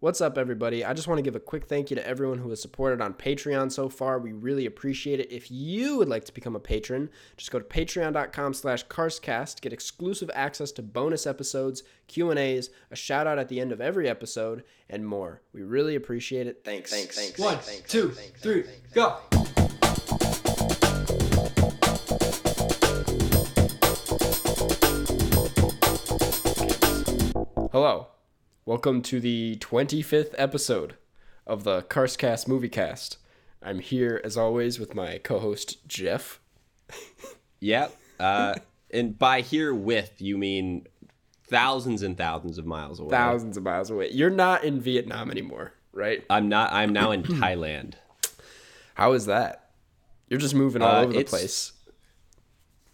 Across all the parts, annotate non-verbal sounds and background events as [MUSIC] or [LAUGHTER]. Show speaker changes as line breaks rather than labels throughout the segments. What's up, everybody? I just want to give a quick thank you to everyone who has supported on Patreon so far. We really appreciate it. If you would like to become a patron, just go to patreon.com slash carscast, get exclusive access to bonus episodes, Q&As, a shout out at the end of every episode, and more. We really appreciate it. Thanks. Thanks. Thanks.
One, two, three, go.
Hello. Welcome to the 25th episode of the Carscast Moviecast. I'm here, as always, with my co host, Jeff.
Yep. Uh, and by here with, you mean thousands and thousands of miles away.
Thousands of miles away. You're not in Vietnam anymore, right?
I'm not. I'm now in [CLEARS THROAT] Thailand.
How is that? You're just moving all
Uh,
over the
it's-
place.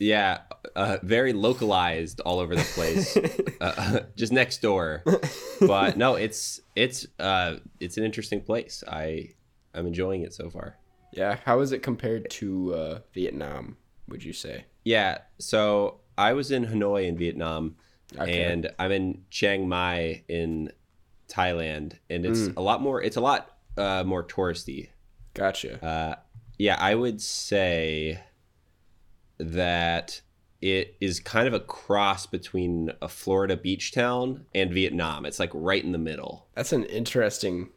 Yeah, uh, very localized all over the place, uh, [LAUGHS] just next door. But no, it's it's uh, it's an interesting place. I I'm enjoying it so far.
Yeah. How is it compared to uh, Vietnam, would you say?
Yeah. So I was in Hanoi in Vietnam,
Okay.
and I'm in Chiang Mai in Thailand, and it's a lot more. It's a lot uh, more touristy.
Gotcha.
Uh, Yeah, I would say that it is kind of a cross between a Florida beach town and Vietnam. It's like right in the middle.
That's an interesting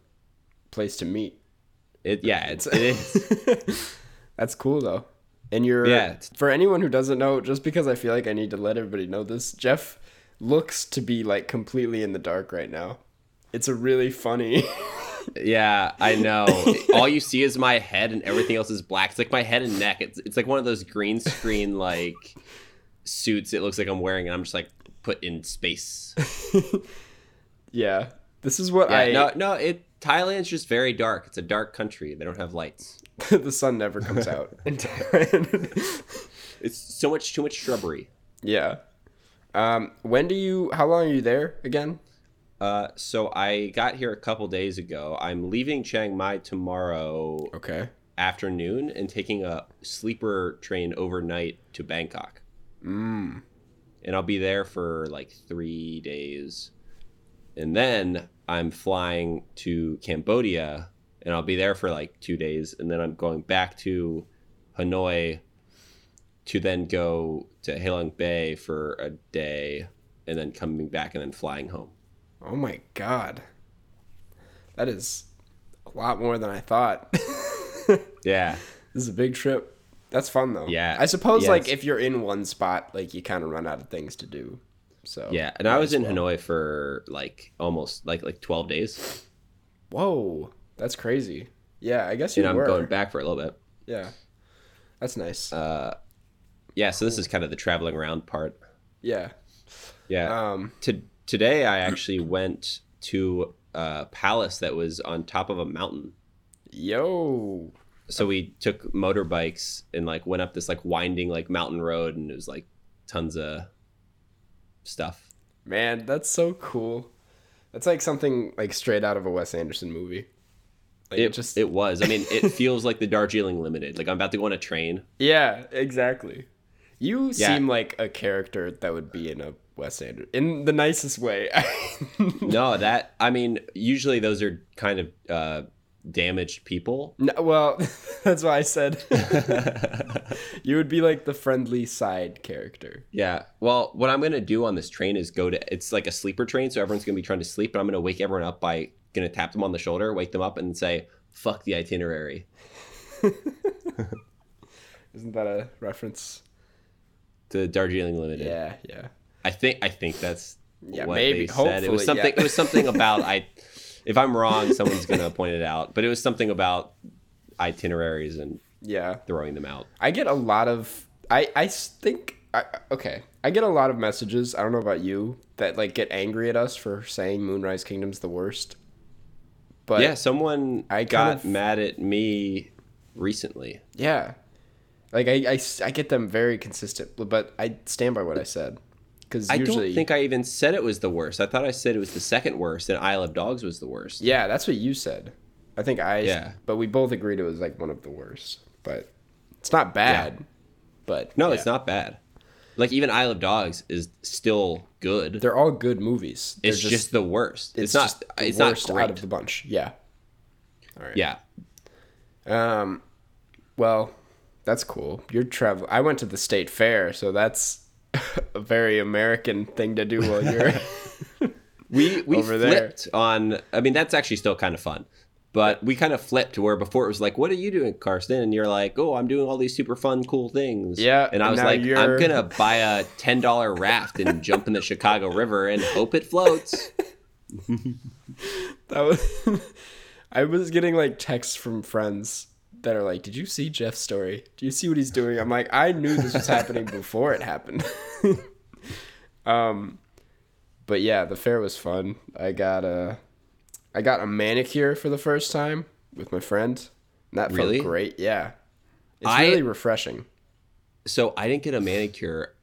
place to meet.
It yeah, it's it is.
That's cool though. And you're
Yeah, it's-
for anyone who doesn't know, just because I feel like I need to let everybody know this, Jeff looks to be like completely in the dark right now. It's a really funny [LAUGHS]
yeah, I know. All you see is my head and everything else is black. It's like my head and neck. It's it's like one of those green screen like suits it looks like I'm wearing and I'm just like put in space.
Yeah. This is what
Yeah,
I
no no, it Thailand's just very dark. It's a dark country. They don't have lights.
[LAUGHS] the sun never
[LAUGHS]
comes out [LAUGHS] in Thailand.
It's so much too much shrubbery.
yeah. Um when do you how long are you there again?
Uh, so I got here a couple days ago. I'm leaving Chiang Mai tomorrow
Okay.
afternoon and taking a sleeper train overnight to Bangkok. Mm. And I'll be there for like three days. And then I'm flying to Cambodia and I'll be there for like two days. And then I'm going back to Hanoi to then go to Halong Bay for a day and then coming back and then flying home.
Oh my god. That is a lot more than I thought. [LAUGHS]
Yeah.
This is a big trip. That's fun though.
Yeah.
I suppose
Yeah,
like
it's-
if you're in one spot, like you kind of run out of things to do. So
Yeah, and I was in Hanoi for like almost like like 12 days,
Whoa, that's crazy. Yeah, I guess you
and I'm
were.
going Uh, back for a little bit.
Yeah, that's nice.
Yeah, so this is kind of the traveling around part.
yeah.
Yeah.
Um.
to today I actually went to a palace that was on top of a mountain.
Yo.
So we took motorbikes and like went up this like winding like mountain road and it was like tons of stuff.
Man, that's so cool. That's like something like straight out of a Wes Anderson movie. Like
It just it was. I mean, it [LAUGHS] feels like the Darjeeling Limited. Like I'm about to go on a train.
Yeah, exactly. You
Yeah.
seem like a character that would be in a Wes Anderson in the nicest way. [LAUGHS]
No, that I mean, usually those are kind of uh damaged people.
No, well, [LAUGHS] that's why I
[LAUGHS]
said you would be like the friendly side character.
Yeah. Well, what I'm gonna do on this train is go to. It's like a sleeper train, so everyone's gonna be trying to sleep, but I'm gonna wake everyone up by gonna tap them on the shoulder, wake them up, and say, "Fuck the itinerary."
Isn't that a reference?
The Darjeeling Limited.
Yeah, yeah.
I think I think that's
Yeah,
what
maybe.
they said. It
Hopefully,
was something.
yeah.
It
[LAUGHS]
was something about I. If I'm wrong, someone's gonna point it out. But it was something about itineraries and
Yeah.
throwing them out.
I get a lot of I I s- think I, okay. I get a lot of messages, I don't know about you, that like get angry at us for saying Moonrise Kingdom's the worst. But
yeah, someone
I
I
kind
got
of-
mad at me recently.
Yeah. Like I, I s- I get them very consistent, but I stand by what I said. Cuz
I
usually
don't think I even said it was the worst. I thought I said it was the second worst, and Isle of Dogs was the worst.
Yeah, that's what you said. I think I.
Yeah.
But we both agreed it was like one of the worst. But it's not bad. But
No, it's not bad. Like even Isle of Dogs is still good.
They're all good movies. They're
it's just, the worst. It's,
just
not.
the
It's
worst
not great.
out of the bunch. Yeah. All right.
yeah.
Um, well, that's cool. You're travel. I went to the state fair, so that's [LAUGHS] a very American thing to do while you're.
We we
Over there.
flipped on. I mean, that's actually still kind of fun. But we kind of flipped to where before it was like, "What are you doing, Karsten?" And you're like, "Oh, I'm doing all these super fun, cool things."
Yeah,
And I
and
was
now
like,
you're-
"I'm gonna buy a ten dollar raft and jump in the Chicago River and hope it floats."
that was. [LAUGHS] I was getting like texts from friends that are like, "Did you see Jeff's story? Do you see what he's doing?" I'm like, I knew this was happening before it happened. [LAUGHS] um, but yeah, the fair was fun. I got a, I got a manicure for the first time with my friend. And that felt
Really?
great. Yeah, it's
I-
really refreshing.
So I didn't get a manicure.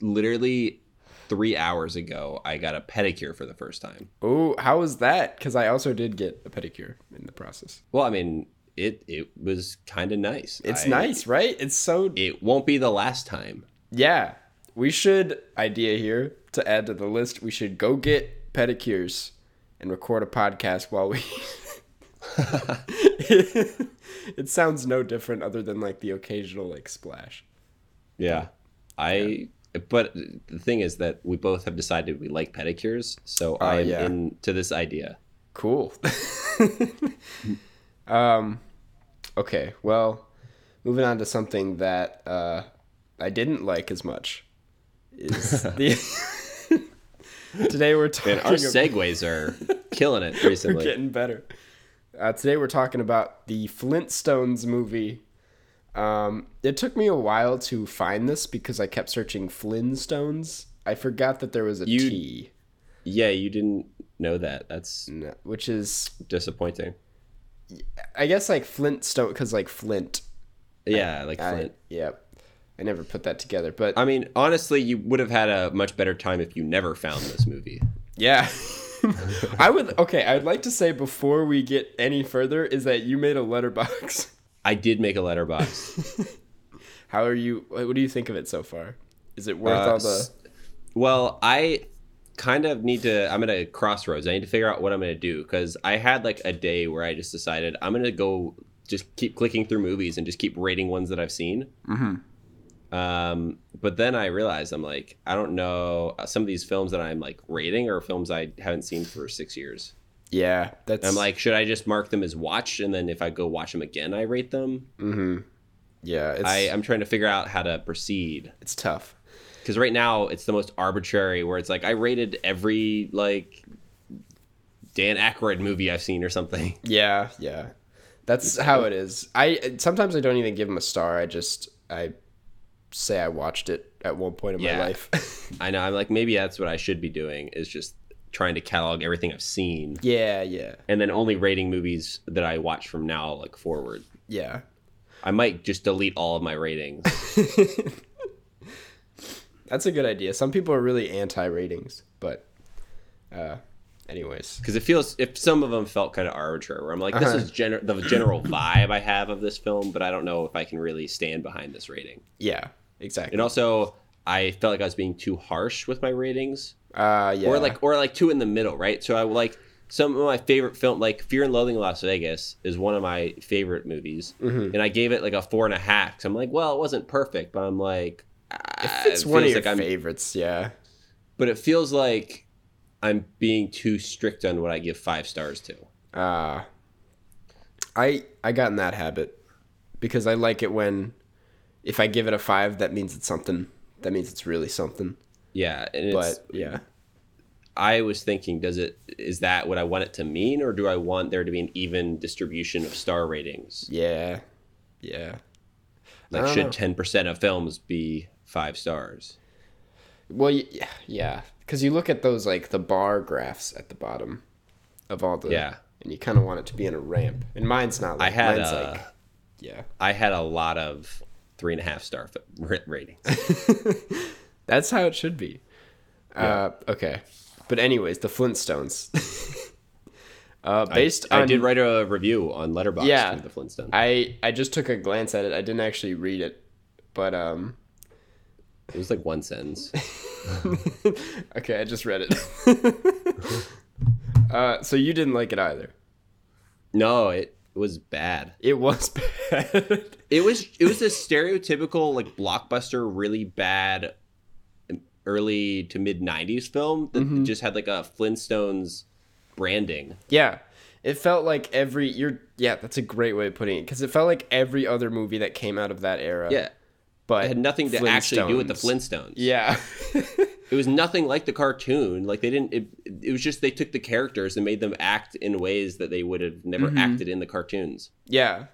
Literally three hours ago, I got a pedicure for the first time.
Oh, how was that? Because I also did get a pedicure in the process.
Well, I mean, it it was kind of nice.
It's
I-
nice, right? It's so
It won't be the last time.
yeah. We should idea here to add to the list. We should go get pedicures and record a podcast while we. [LAUGHS] it sounds no different, other than like the occasional like splash.
Yeah. I but the thing is that we both have decided we like pedicures, so I
Uh,
am
yeah.
into this idea.
Cool. [LAUGHS] um, okay. Well, moving on to something that uh, I didn't like as much is the. [LAUGHS] today we're talking.
And our
ab-
segues are
[LAUGHS]
killing it
we're
recently.
getting better. Uh, today we're talking about the Flintstones movie. Um, it took me a while to find this because I kept searching Flintstones. I forgot that there was a T,
You- yeah, you didn't know that. That's
no, which is
disappointing.
I guess like Flintstone because like Flint
Yeah, like
I,
Flint.
yep. I never put that together, but
I mean, honestly, you would have had a much better time if you never found this movie. [LAUGHS]
yeah. I would okay, I'd like to say before we get any further is that you made a letterbox. [LAUGHS]
I did make a letterbox.
How are you what do you think of it so far? Is it worth
Uh,
all the
s- Well, I kind of need to. I'm at a crossroads. I need to figure out what I'm going to do because I had like a day where I just decided I'm going to go just keep clicking through movies and just keep rating ones that I've seen. Um, but then I realized I'm like, I don't know. uh, Some of these films that I'm like rating are films I haven't seen for six years.
Yeah, that's
I'm like, should I just mark them as watched? And then if I go watch them again, I rate them.
yeah, it's
I, I'm trying to figure out how to proceed.
it's tough.
because right now it's the most arbitrary where it's like i rated every like dan Aykroyd movie i've seen or something [LAUGHS]
Yeah, yeah. That's how it is. I sometimes I don't even give them a star. I just I say I watched it at one point in
Yeah.
my life.
[LAUGHS] i know i'm like maybe that's what i should be doing is just trying to catalog everything i've seen
yeah, yeah.
and then only rating movies that i watch from now like forward
Yeah.
i might just delete all of my ratings
That's a good idea. Some people are really anti ratings, but uh anyways.
because it feels if some of them felt kind of arbitrary where i'm like this
Uh-huh.
is gener- the general vibe i have of this film but i don't know if i can really stand behind this rating
Yeah, exactly.
and also i felt like i was being too harsh with my ratings
Uh yeah.
or like or like two in the middle, right? So I like some of my favorite film, like Fear and Loathing in Las Vegas, is one of my favorite movies,
Mm-hmm.
and I gave it like a four and a half. 'cause I'm like, well, it wasn't perfect, but I'm like, ah,
it's
it
one of
feels
your
like I'm-
favorites, yeah.
but it feels like I'm being too strict on what I give five stars to.
Uh I I got in that habit because I like it when if I give it a 5 that means it's something. That means it's really something.
Yeah, and it's,
But yeah.
I was thinking, does it is that what I want it to mean, or do I want there to be an even distribution of star ratings?
Yeah. Yeah.
Like,
don't know.
should ten percent of films be five stars?
Well, y- yeah, because you look at those like the bar graphs at the bottom of all the
Yeah.
and you kind of want it to be in a ramp. And mine's not.
I
Like,
had
mine's
uh,
like yeah.
I had a lot of three and a half star fi- [LAUGHS] ra- ratings.
That's how it should be. Uh, okay, but anyways, the [LAUGHS] Flintstones. uh, based
I
on
did write a review on Letterboxd
Yeah.
for the Flintstones.
I I just took a glance at it. I didn't actually read it, but um,
It was like one [LAUGHS] sentence.
okay, I just read it. [LAUGHS] uh, so you didn't like it either.
No, it was bad.
It was [LAUGHS] bad.
It was it was a stereotypical like blockbuster, really bad, early to mid '90s film that just had like a Flintstones branding.
yeah. It felt like every you're yeah, that's a great way of putting it cuz it felt like every other movie that came out of that era.
Yeah,
But
it had nothing to actually do with the
Flintstones.
Flintstones.
Yeah. [LAUGHS]
it was nothing like the cartoon. Like they didn't. It, it was just they took the characters and made them act in ways that they would have never acted in the cartoons.
yeah.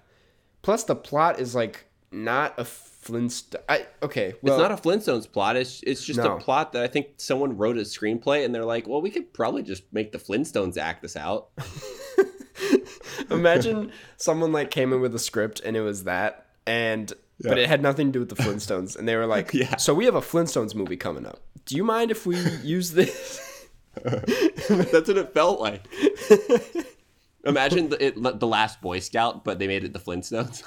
Plus the plot is like not a Flintstone I okay, well
it's not a Flintstones plot. It's it's just
No.
a plot that I think someone wrote a screenplay and they're like, well, we could probably just make the Flintstones act this out.
[LAUGHS] Imagine someone like came in with a script and it was that, and but it had nothing to do with the Flintstones, and they were like,
[LAUGHS] Yeah.
"So we have a Flintstones movie coming up. Do you mind
[LAUGHS]
if we use this?" [LAUGHS]
[LAUGHS] That's what it felt like. [LAUGHS] Imagine the, it, the last Boy Scout, but they made it the [LAUGHS] Flintstones.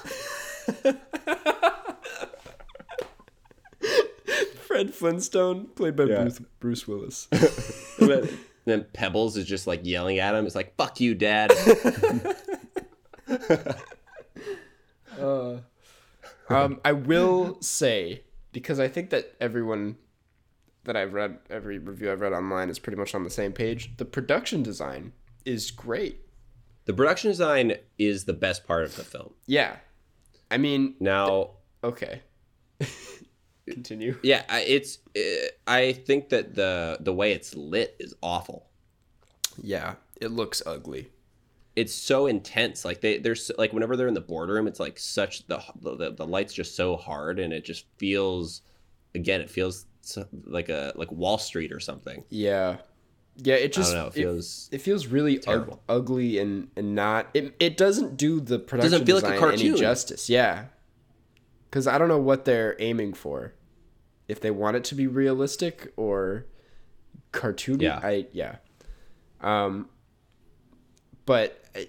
Fred Flintstone, played by
Yeah.
Bruce, Bruce Willis.
and then Pebbles is just like yelling at him. It's like, "Fuck you, [LAUGHS] Dad."
[LAUGHS] um, I [LAUGHS] will say because I think that everyone that I've read, every review I've read online is pretty much on the same page. The production design is great.
the production design is the best part of the film.
Yeah, I mean,
Now,
okay. [LAUGHS] Continue.
yeah, I- it's. Uh, I think that the the way it's lit is awful.
Yeah, it looks ugly.
It's so intense. Like they, there's like whenever they're in the boardroom, it's like such the the, the lights just so hard, and it just feels. Again, it feels so- like a like Wall Street or something.
Yeah. Yeah, it just
know, it
it
feels
it, feels really ug-
terrible.
ugly and and not it, it doesn't do the production
feel like a
design any
cartoon.
justice. Yeah. Cuz I don't know what they're aiming for. If they want it to be realistic or cartoony,
Yeah.
I yeah. Um but [LAUGHS] I,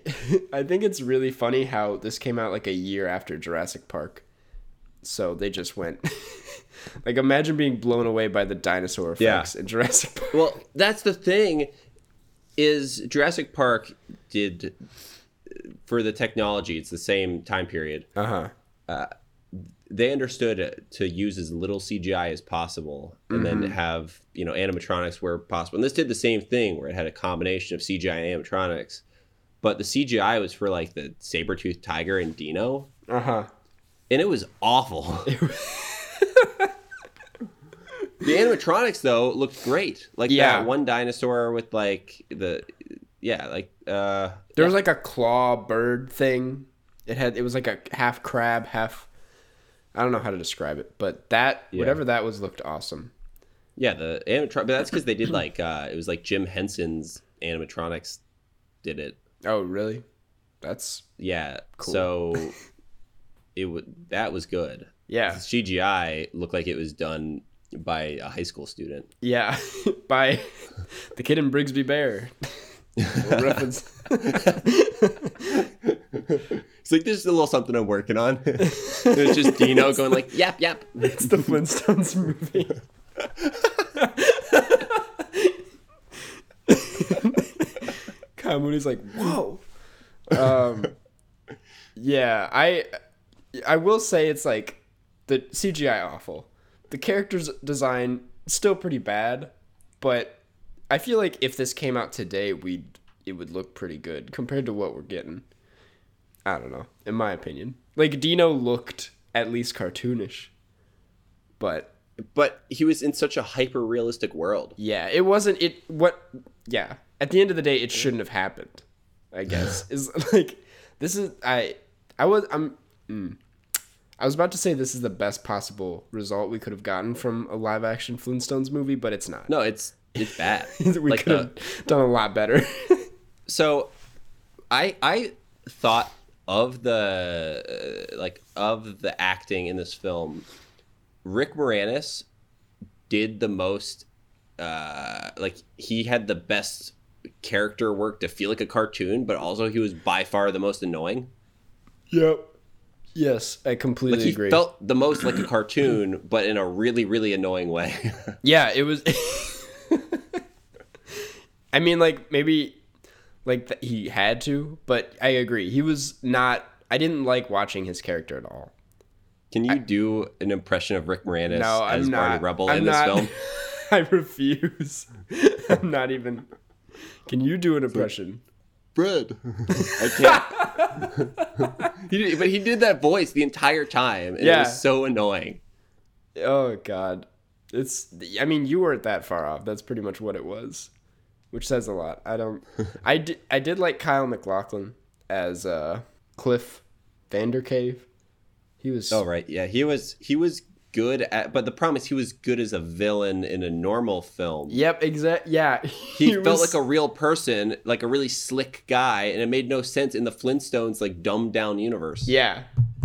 I think it's really funny how this came out like a year after Jurassic Park. So they just went [LAUGHS] like imagine being blown away by the dinosaur
Yeah.
effects in Jurassic Park.
Well, that's the thing is Jurassic Park did eh, for the technology, it's the same time period.
Uh-huh.
They understood to use as little CGI as possible and
Mm-hmm.
then have, you know, animatronics where possible. And this did the same thing where it had a combination of CGI and animatronics. But the CGI was for like the saber-toothed tiger and Dino,
Uh-huh.
and it was
[LAUGHS]
awful. [LAUGHS] the animatronics though looked great. Like
Yeah.
that one dinosaur with like the yeah, like uh
There was like a claw bird thing. It had it was like a half crab, half I don't know how to describe it, but that whatever that was looked awesome.
yeah, the animatronic but that's cuz they did like uh it was like Jim Henson's animatronics did it.
Oh, really? That's
Yeah. So it would that was good. The
yeah.
CGI looked like it was done by a high school student.
Yeah. [LAUGHS] By the kid in Brigsby Bear. Little reference.
It's like there's a little something I'm working [LAUGHS] on. it's just Dino going like yap [LAUGHS] yap.
It's the Flintstones movie. Kyle Mooney's like, whoa. Um, yeah, I I will say it's like the CGI awful. The characters design still pretty bad, but I feel like if this came out today, we'd it would look pretty good compared to what we're getting. I don't know, in my opinion. Like Dino looked at least cartoonish. But
But he was in such a hyper realistic world.
yeah, it wasn't it what yeah. At the end of the day it shouldn't have happened. I [SIGHS] guess. is [LAUGHS] like this is I I was I'm mm. I was about to say this is the best possible result we could have gotten from a live action Flintstones movie, but it's not.
No, it's it's bad.
[LAUGHS]
[LAUGHS]
we
like
could
the,
have done a lot better. [LAUGHS]
so, I I thought of the uh, like of the acting in this film, Rick Moranis did the most. Uh, like he had the best character work to feel like a cartoon, but also he was by far the most annoying.
yep. Yes, I completely
Like he
agree.
felt the most like a cartoon, but in a really, really annoying way. [LAUGHS]
yeah, it was. [LAUGHS] I mean, like maybe, like th- he had to, but I agree. He was not. I didn't like watching his character at all.
Can you do an impression of Rick Moranis
No, I'm
as
not.
Barney Rubble
I'm
in
not- [LAUGHS]
this film?
I refuse. [LAUGHS] I'm not even. Can you do an impression?
Bread. [LAUGHS] I can't. [LAUGHS] he did, but he did that voice the entire time, and it
Yeah.
was so annoying.
Oh God, it's. I mean, you weren't that far off. That's pretty much what it was, which says a lot. I
[LAUGHS]
don't. I did. I did like Kyle McLaughlin as uh, Cliff Vandercave. He was.
Oh right, yeah, he was he was good at, but the problem is he was good as a villain in a normal film.
Yep. Exact. Yeah. [LAUGHS]
He, felt like a real person, like a really slick guy, and it made no sense in the Flintstones like dumbed down universe.
Yeah.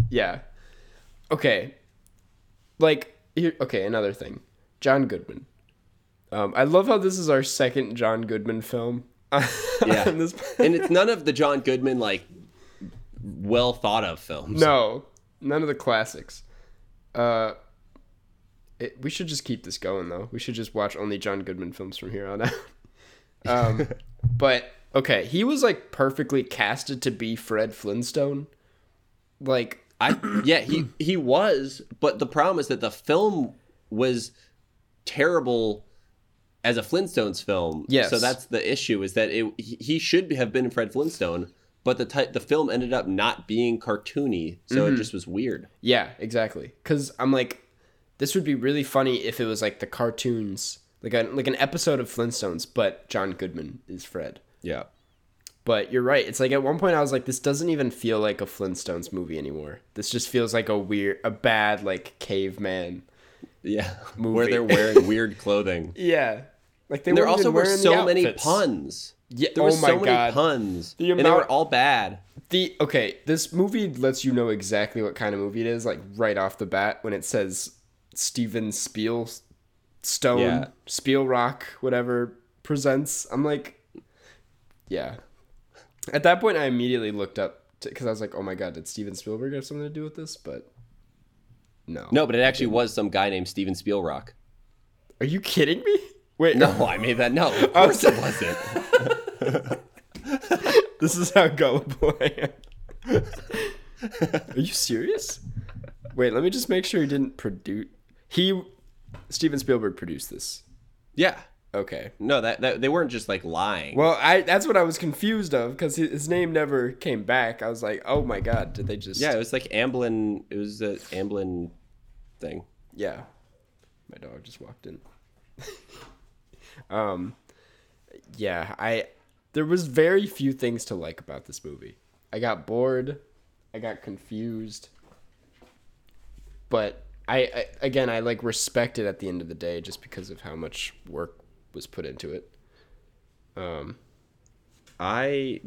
Yeah. Okay. Like here. Okay. Another thing. John Goodman. Um, I love how this is our second John Goodman film. [LAUGHS]
Yeah.
On this-
and it's none of the John Goodman like well thought of films.
No, none of the classics. Uh, it, we should just keep this going though. We should just watch only John Goodman films from here on out. [LAUGHS] Um, but okay, he was like perfectly casted to be Fred Flintstone. Like, [CLEARS THROAT]
I yeah, he he was, but the problem is that the film was terrible as a Flintstones film.
Yes.
So that's the issue is that it he he should have been Fred Flintstone, but the ty- the film ended up not being cartoony, so
Mm-hmm.
it just was weird.
yeah, exactly. Because I'm like, this would be really funny if it was like the cartoons, like a, like an episode of Flintstones, but John Goodman is Fred.
Yeah.
But you're right. It's like at one point I was like, this doesn't even feel like a Flintstones movie anymore. This just feels like a weird, a bad like caveman.
Yeah. [LAUGHS] Where
Movie.
they're wearing
[LAUGHS]
weird clothing.
Yeah, like they
And there
weren't
also
even
were
wearing the
so many
outfits.
puns.
Yeah.
There
oh
were
my
so many
god.
puns.
The
and they were
amount-
all bad.
The okay, this movie lets you know exactly what kind of movie it is, like right off the bat when it says Steven Spiel, Stone,
Yeah.
Spiel Rock, whatever presents. I'm like, yeah. At that point, I immediately looked up because I was like, oh my god, did Steven Spielberg have something to do with this? But no.
No, but it actually was some guy named Steven Spielrock.
[LAUGHS] Are you kidding me? Wait, oh,
No, I made that. No, of
I'm
course it
[LAUGHS]
wasn't.
This is how gullible I am. Are you serious? Wait, let me just make sure he didn't produce. He, Steven Spielberg produced this.
Yeah.
Okay.
No, that, that they weren't just like lying.
Well, I that's what I was confused of because his name never came back. I was like, oh my god, did they just?
yeah, it was like Amblin. It was the Amblin thing.
Yeah. My dog just walked in. [LAUGHS] um yeah, I there was very few things to like about this movie. I got bored, I got confused. But I, I again, I like respect it at the end of the day just because of how much work was put into it. Um
I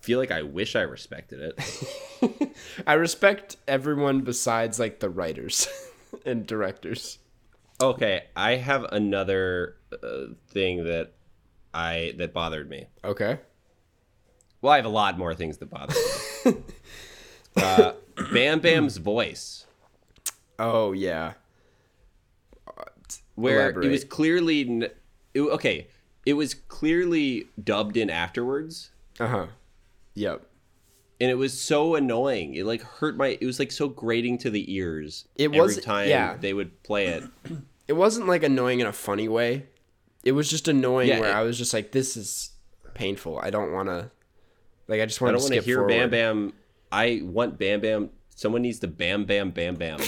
feel like I wish I respected it. [LAUGHS]
I respect everyone besides like the writers [LAUGHS] and directors.
okay, I have another uh, thing that I that bothered me.
Okay.
Well, I have a lot more things that bother me.
[LAUGHS]
uh, Bam Bam's voice.
Oh yeah.
where it was
Elaborate.
clearly n- it, okay it was clearly dubbed in afterwards
Uh-huh. Yep.
and it was so annoying it like hurt my it was like so grating to the ears
It
every
was-
time
yeah.
they would
[CLEARS THROAT]
play it
it wasn't like annoying in a funny way. It was just annoying
Yeah,
where
it-
I was just like, this is painful. I don't want to. Like, I just
i
want to
don't want to
skip
hear
forward.
bam bam i want bam bam someone needs to bam bam bam
[LAUGHS]
bam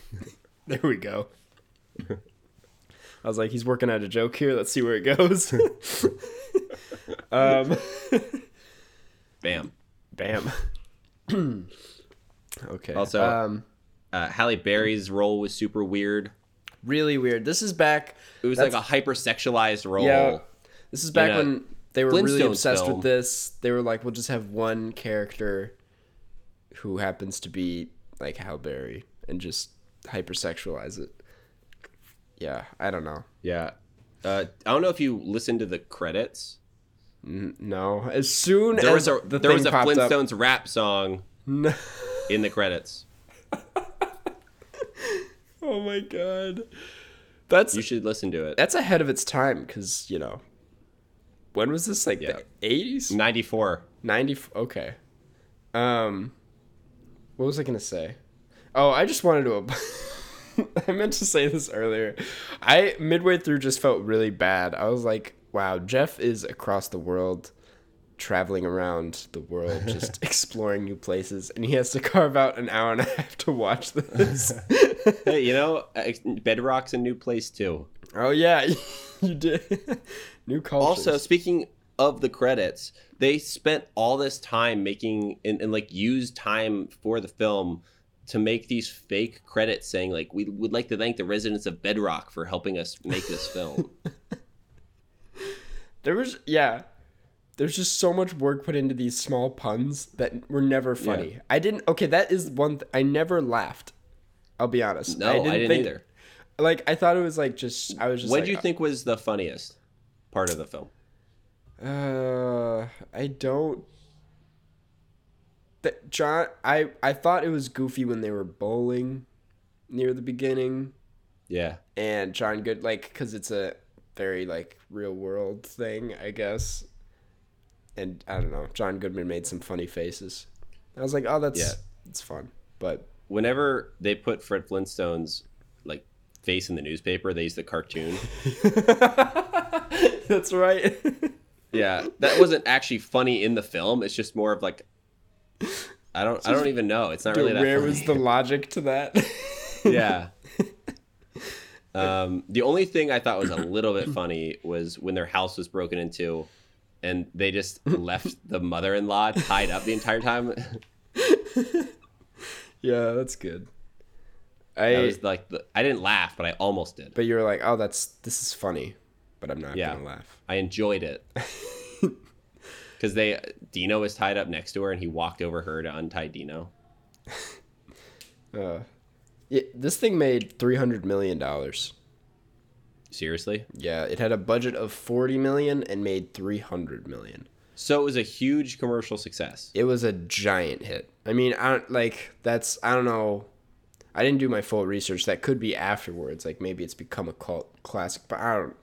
[LAUGHS] There we go. [LAUGHS] I was like, he's working out a joke here. Let's see where it goes. [LAUGHS] um,
bam
bam. [CLEARS THROAT] okay.
Also-
um,
uh, halle berry's role was super weird
really weird. This is back.
it was
That's-
like a hypersexualized role
Yeah. This is back
a
when they were really
Flintstones
obsessed
film.
with this. They were like, we'll just have one character who happens to be like Hal Berry and just hypersexualize it. Yeah, I don't know.
yeah uh, i don't know if you listened to the credits
No, as soon
there
as
was a
the
there
thing
was a
popped up,
flintstones rap song in the credits.
Oh my god. That's
You should listen to it.
that's ahead of its time because you know when was this like
Yeah.
the eighties? [LAUGHS]
94.
90 okay um what was i gonna say oh i just wanted to ab- [LAUGHS] i meant to say this earlier i midway through just felt really bad i was like wow jeff is across the world traveling around the world just exploring new places and he has to [LAUGHS] carve out an hour and a half to watch this [LAUGHS]
Hey, you know, ex- Bedrock's a new place too.
oh yeah [LAUGHS] you did new culture
Also, speaking of the credits, they spent all this time making and, and like used time for the film to make these fake credits saying like we would like to thank the residents of Bedrock for helping us make
[LAUGHS]
this film.
There was yeah. There's just so much work put into these small puns that were never funny. I didn't okay, that is one th- I never laughed. I'll be honest.
No, I didn't,
think-
either.
Like I thought it was like just I was just
What
like,
do you think was the funniest part of the film?
Uh I don't that John I I thought it was goofy when they were bowling near the beginning
Yeah.
and John Good like cuz it's a very like real world thing, I guess. And I don't know, John Goodman made some funny faces. I was like, "Oh, that's
Yeah.
it's fun."
[LAUGHS]
But
Whenever they put Fred Flintstone's like face in the newspaper, they used
[LAUGHS]
the cartoon.
that's right.
Yeah, that wasn't actually funny in the film. It's just more of like, I don't,
[LAUGHS]
I don't even know. It's not really that.
where
funny.
was
[LAUGHS]
the logic to that? [LAUGHS]
yeah. [LAUGHS] Um, the only thing I thought was a little bit funny was when their house was broken into, and they just left the mother-in-law tied up the entire time.
yeah, that's good.
I
I
was like, the, I didn't laugh, but I almost did.
but you were like, "Oh, that's this is funny." But I'm not
Yeah.
going to laugh.
I enjoyed it because they Dino was tied up next to her, and he walked over her to untie Dino.
Uh it, this thing made 300 million dollars.
Seriously.
Yeah, it had a budget of 40 million and made 300 million.
So it was a huge commercial success.
It was a giant hit. I mean, I don't like that's I don't know. I didn't do my full research. That could be afterwards. Like maybe it's become a cult classic, but I don't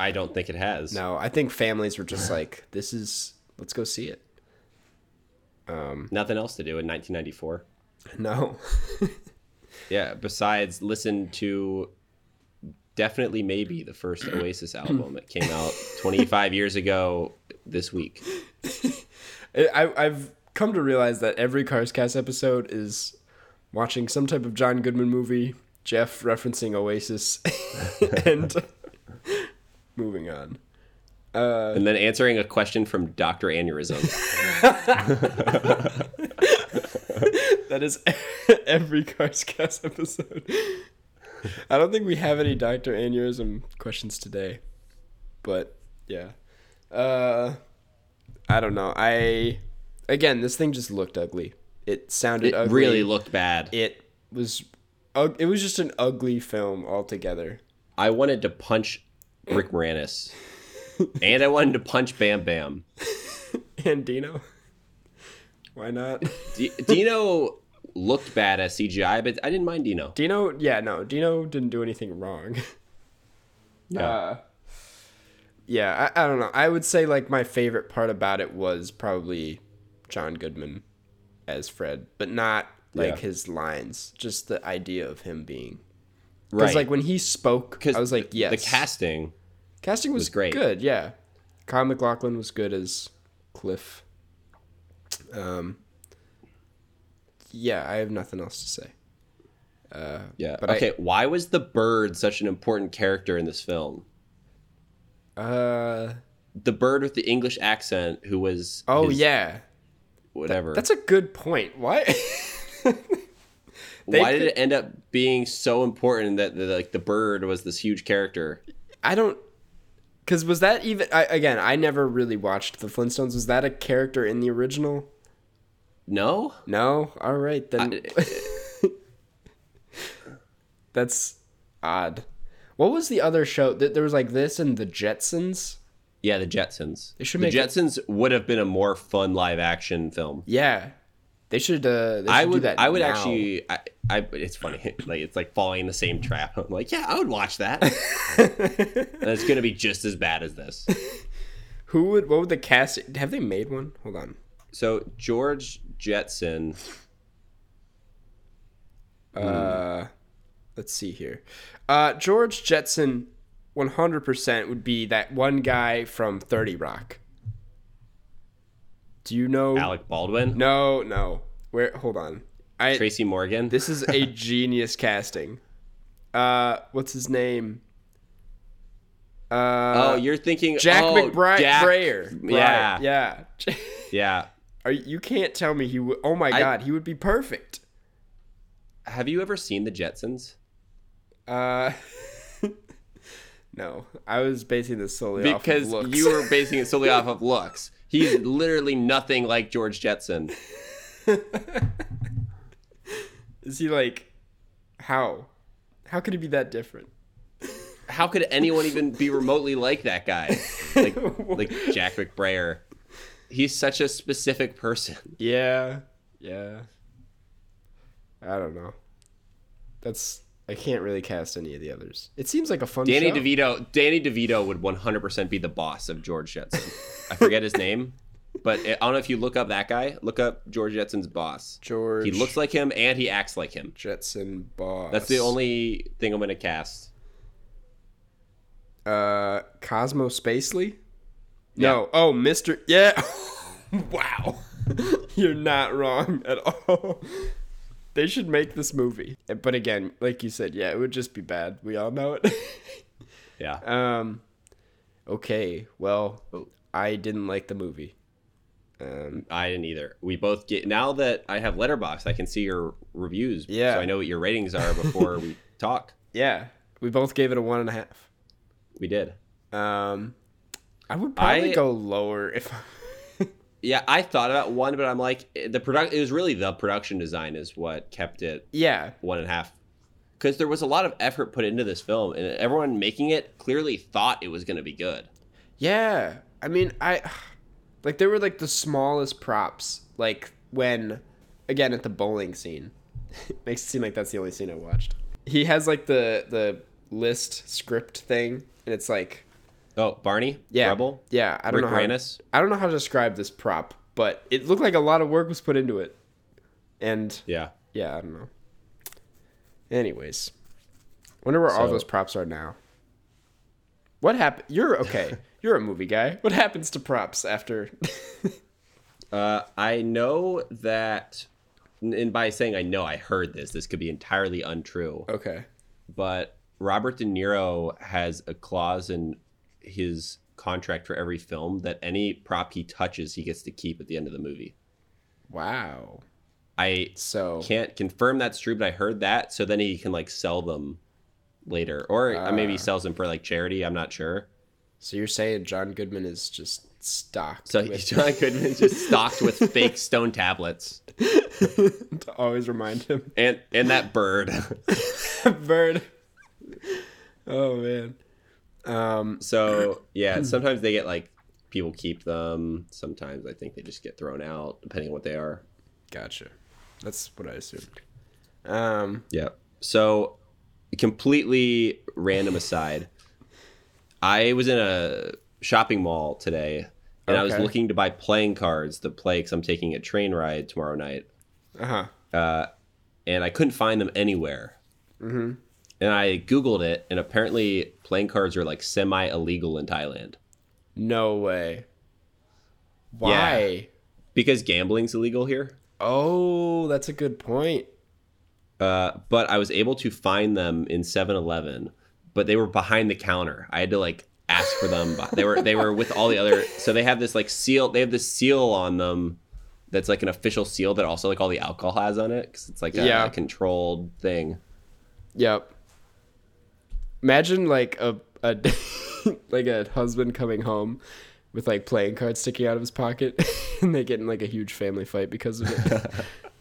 I don't think it has.
know. I think families were just like, this is let's go see it. [LAUGHS]
Nothing else to do in 1994.
No.
Yeah, besides listen to definitely maybe the first Oasis album that came out 25 years ago this week.
I I've come to realize that every Cars Cast episode is watching some type of John Goodman movie, Jeff referencing Oasis [LAUGHS] and moving on.
And then answering a question from Dr. Aneurysm.
That is [LAUGHS] every Cars Cast episode. I don't think we have any Dr. Aneurysm questions today. But yeah. Uh I don't know. I again, this thing just looked ugly. It sounded
It
ugly.
really looked bad.
it was ug- it was just an ugly film altogether. [LAUGHS]
I wanted to punch Rick Moranis. And I wanted to punch Bam Bam.
And Dino. Why not?
D- Dino looked bad as CGI, but I didn't mind Dino.
Dino, yeah, no, Dino didn't do anything wrong. [LAUGHS]
Yeah.
Uh, yeah, I, I don't know. I would say like my favorite part about it was probably John Goodman as Fred, but not like
Yeah.
his lines, just the idea of him being. Because
right.
like when he spoke,
'Cause
I was like, yes,
the casting
casting was,
great.
Good, yeah. Kyle McLaughlin was good as Cliff. Um. Yeah, I have nothing else to say.
Yeah.
But I-
okay, why was the bird such an important character in this film?
Uh
The bird with the English accent who was
oh
his
yeah,
whatever.
that's a good point. Why? [LAUGHS]
why
could-
did it end up being so important that the, like the bird was this huge character?
I don't. Cause was that even I, again? I never really watched the Flintstones. Was that a character in the original?
No?
No. All right then.
I-
[LAUGHS] that's odd. What was the other show? Th- There was like this and the Jetsons.
yeah, the Jetsons.
They should
the
make it-
Jetsons would have been a more fun live action film.
Yeah, They should. Uh, they should
I
Do
would.
that
I would
now.
actually. I, I. It's funny. [LAUGHS] Like it's like falling in the same trap. I'm like, yeah, I would
[LAUGHS]
watch that. and it's gonna be just as bad as this.
Who would? What would the cast? Have they made one? Hold on.
So George Jetson.
Uh, let's see here. Uh, George Jetson, one hundred percent would be that one guy from Thirty Rock. Do you know?
Alec Baldwin.
No, no. Where? Hold on. I.
Tracy Morgan.
This is
[LAUGHS]
a genius casting. Uh, what's his name?
oh,
Uh,
you're thinking
Jack
oh,
McBride
Jack-
Breyer.
Yeah.
Breyer,
Yeah.
yeah. [LAUGHS] Are, you you can't tell me he would. Oh my
I-
god, he would be perfect.
Have you ever seen the Jetsons?
Uh, [LAUGHS] no, I was basing this solely off
Because
of looks.
you were basing it solely off of looks. He's literally nothing like George Jetson.
[LAUGHS] Is he like, how, how could he be that different? [LAUGHS]
How could anyone even be remotely like that guy? Like, like Jack McBrayer. He's such a specific person.
Yeah, yeah. I don't know. That's I can't really cast any of the others. It seems like a fun.
Danny
show.
DeVito. Danny DeVito would 100% be the boss of George Jetson. I forget
[LAUGHS]
his name, but I don't know if you look up that guy. Look up George Jetson's boss.
George.
He looks like him and he acts like him.
Jetson Boss.
That's the only thing I'm gonna cast.
Uh, Cosmo Spacely? No. Oh, Mr. Yeah. [LAUGHS] wow. [LAUGHS] You're not wrong at all. [LAUGHS] They should make this movie. But again, like you said, yeah, it would just be bad. We all know it. [LAUGHS]
Yeah.
um okay. Well,
Oh.
I didn't like the movie. Um
I didn't either. We both get now that I have Letterbox, I can see your reviews.
Yeah.
So I know what your ratings are
[LAUGHS]
before we talk.
yeah, we both gave it a one and a half.
We did.
Um I would probably
I-
go lower if [LAUGHS]
Yeah, I thought about one, but I'm like eh, the product. It was really the production design is what kept it
Yeah.
one and a half, because there was a lot of effort put into this film, and everyone making it clearly thought it was gonna be good.
Yeah. I mean, I [SIGHS] like they were like the smallest props. Like when again at the bowling scene. [LAUGHS] Makes it seem like that's the only scene I watched. He has like the the list script thing and it's like
Oh, Barney.
yeah.
Rebel.
Yeah, I don't
Rick
know how
Moranis?
I don't know how to describe this prop, but it looked like a lot of work was put into it. And
Yeah.
yeah, I don't know. Anyways, wonder where all
So-
those props are now. What happened? You're okay. You're a movie guy. What happens to props after?
Uh, I know that, and by saying I know, I heard this. This could be entirely untrue,
okay.
but Robert De Niro has a clause in his contract for every film that any prop he touches, he gets to keep at the end of the movie.
Wow.
I
So
can't confirm that's true, but I heard that. So then he can like sell them later, or uh, maybe he sells them for like charity. I'm not sure.
so you're saying John Goodman is just stocked
So
with
John Goodman's just stocked with fake stone tablets
to [LAUGHS] always remind him
and and that bird. [LAUGHS]
bird. Oh man. Um.
So yeah, sometimes they get like people keep them. Sometimes I think they just get thrown out, depending on what they are.
Gotcha. That's what I assumed. Um.
Yeah. So completely random aside, I was in a shopping mall today and I was
Okay.
looking to buy playing cards to play because I'm taking a train ride tomorrow night.
Uh huh.
and I couldn't find them anywhere. Mm-hmm. And I Googled it, and apparently playing cards are like semi illegal in Thailand
No way. Why?
because gambling's illegal here.
Oh, that's a good point.
Uh, but I was able to find them in 7 Eleven, but they were behind the counter. I had to like ask for them. but they were they were with all the other. So they have this like seal. They have this seal on them that's like an official seal that also like all the alcohol has on it because it's like a
Yeah.
controlled thing.
Yep. Imagine like a a [LAUGHS] like a husband coming home with like playing cards sticking out of his pocket [LAUGHS] and they get in like a huge family fight because of it.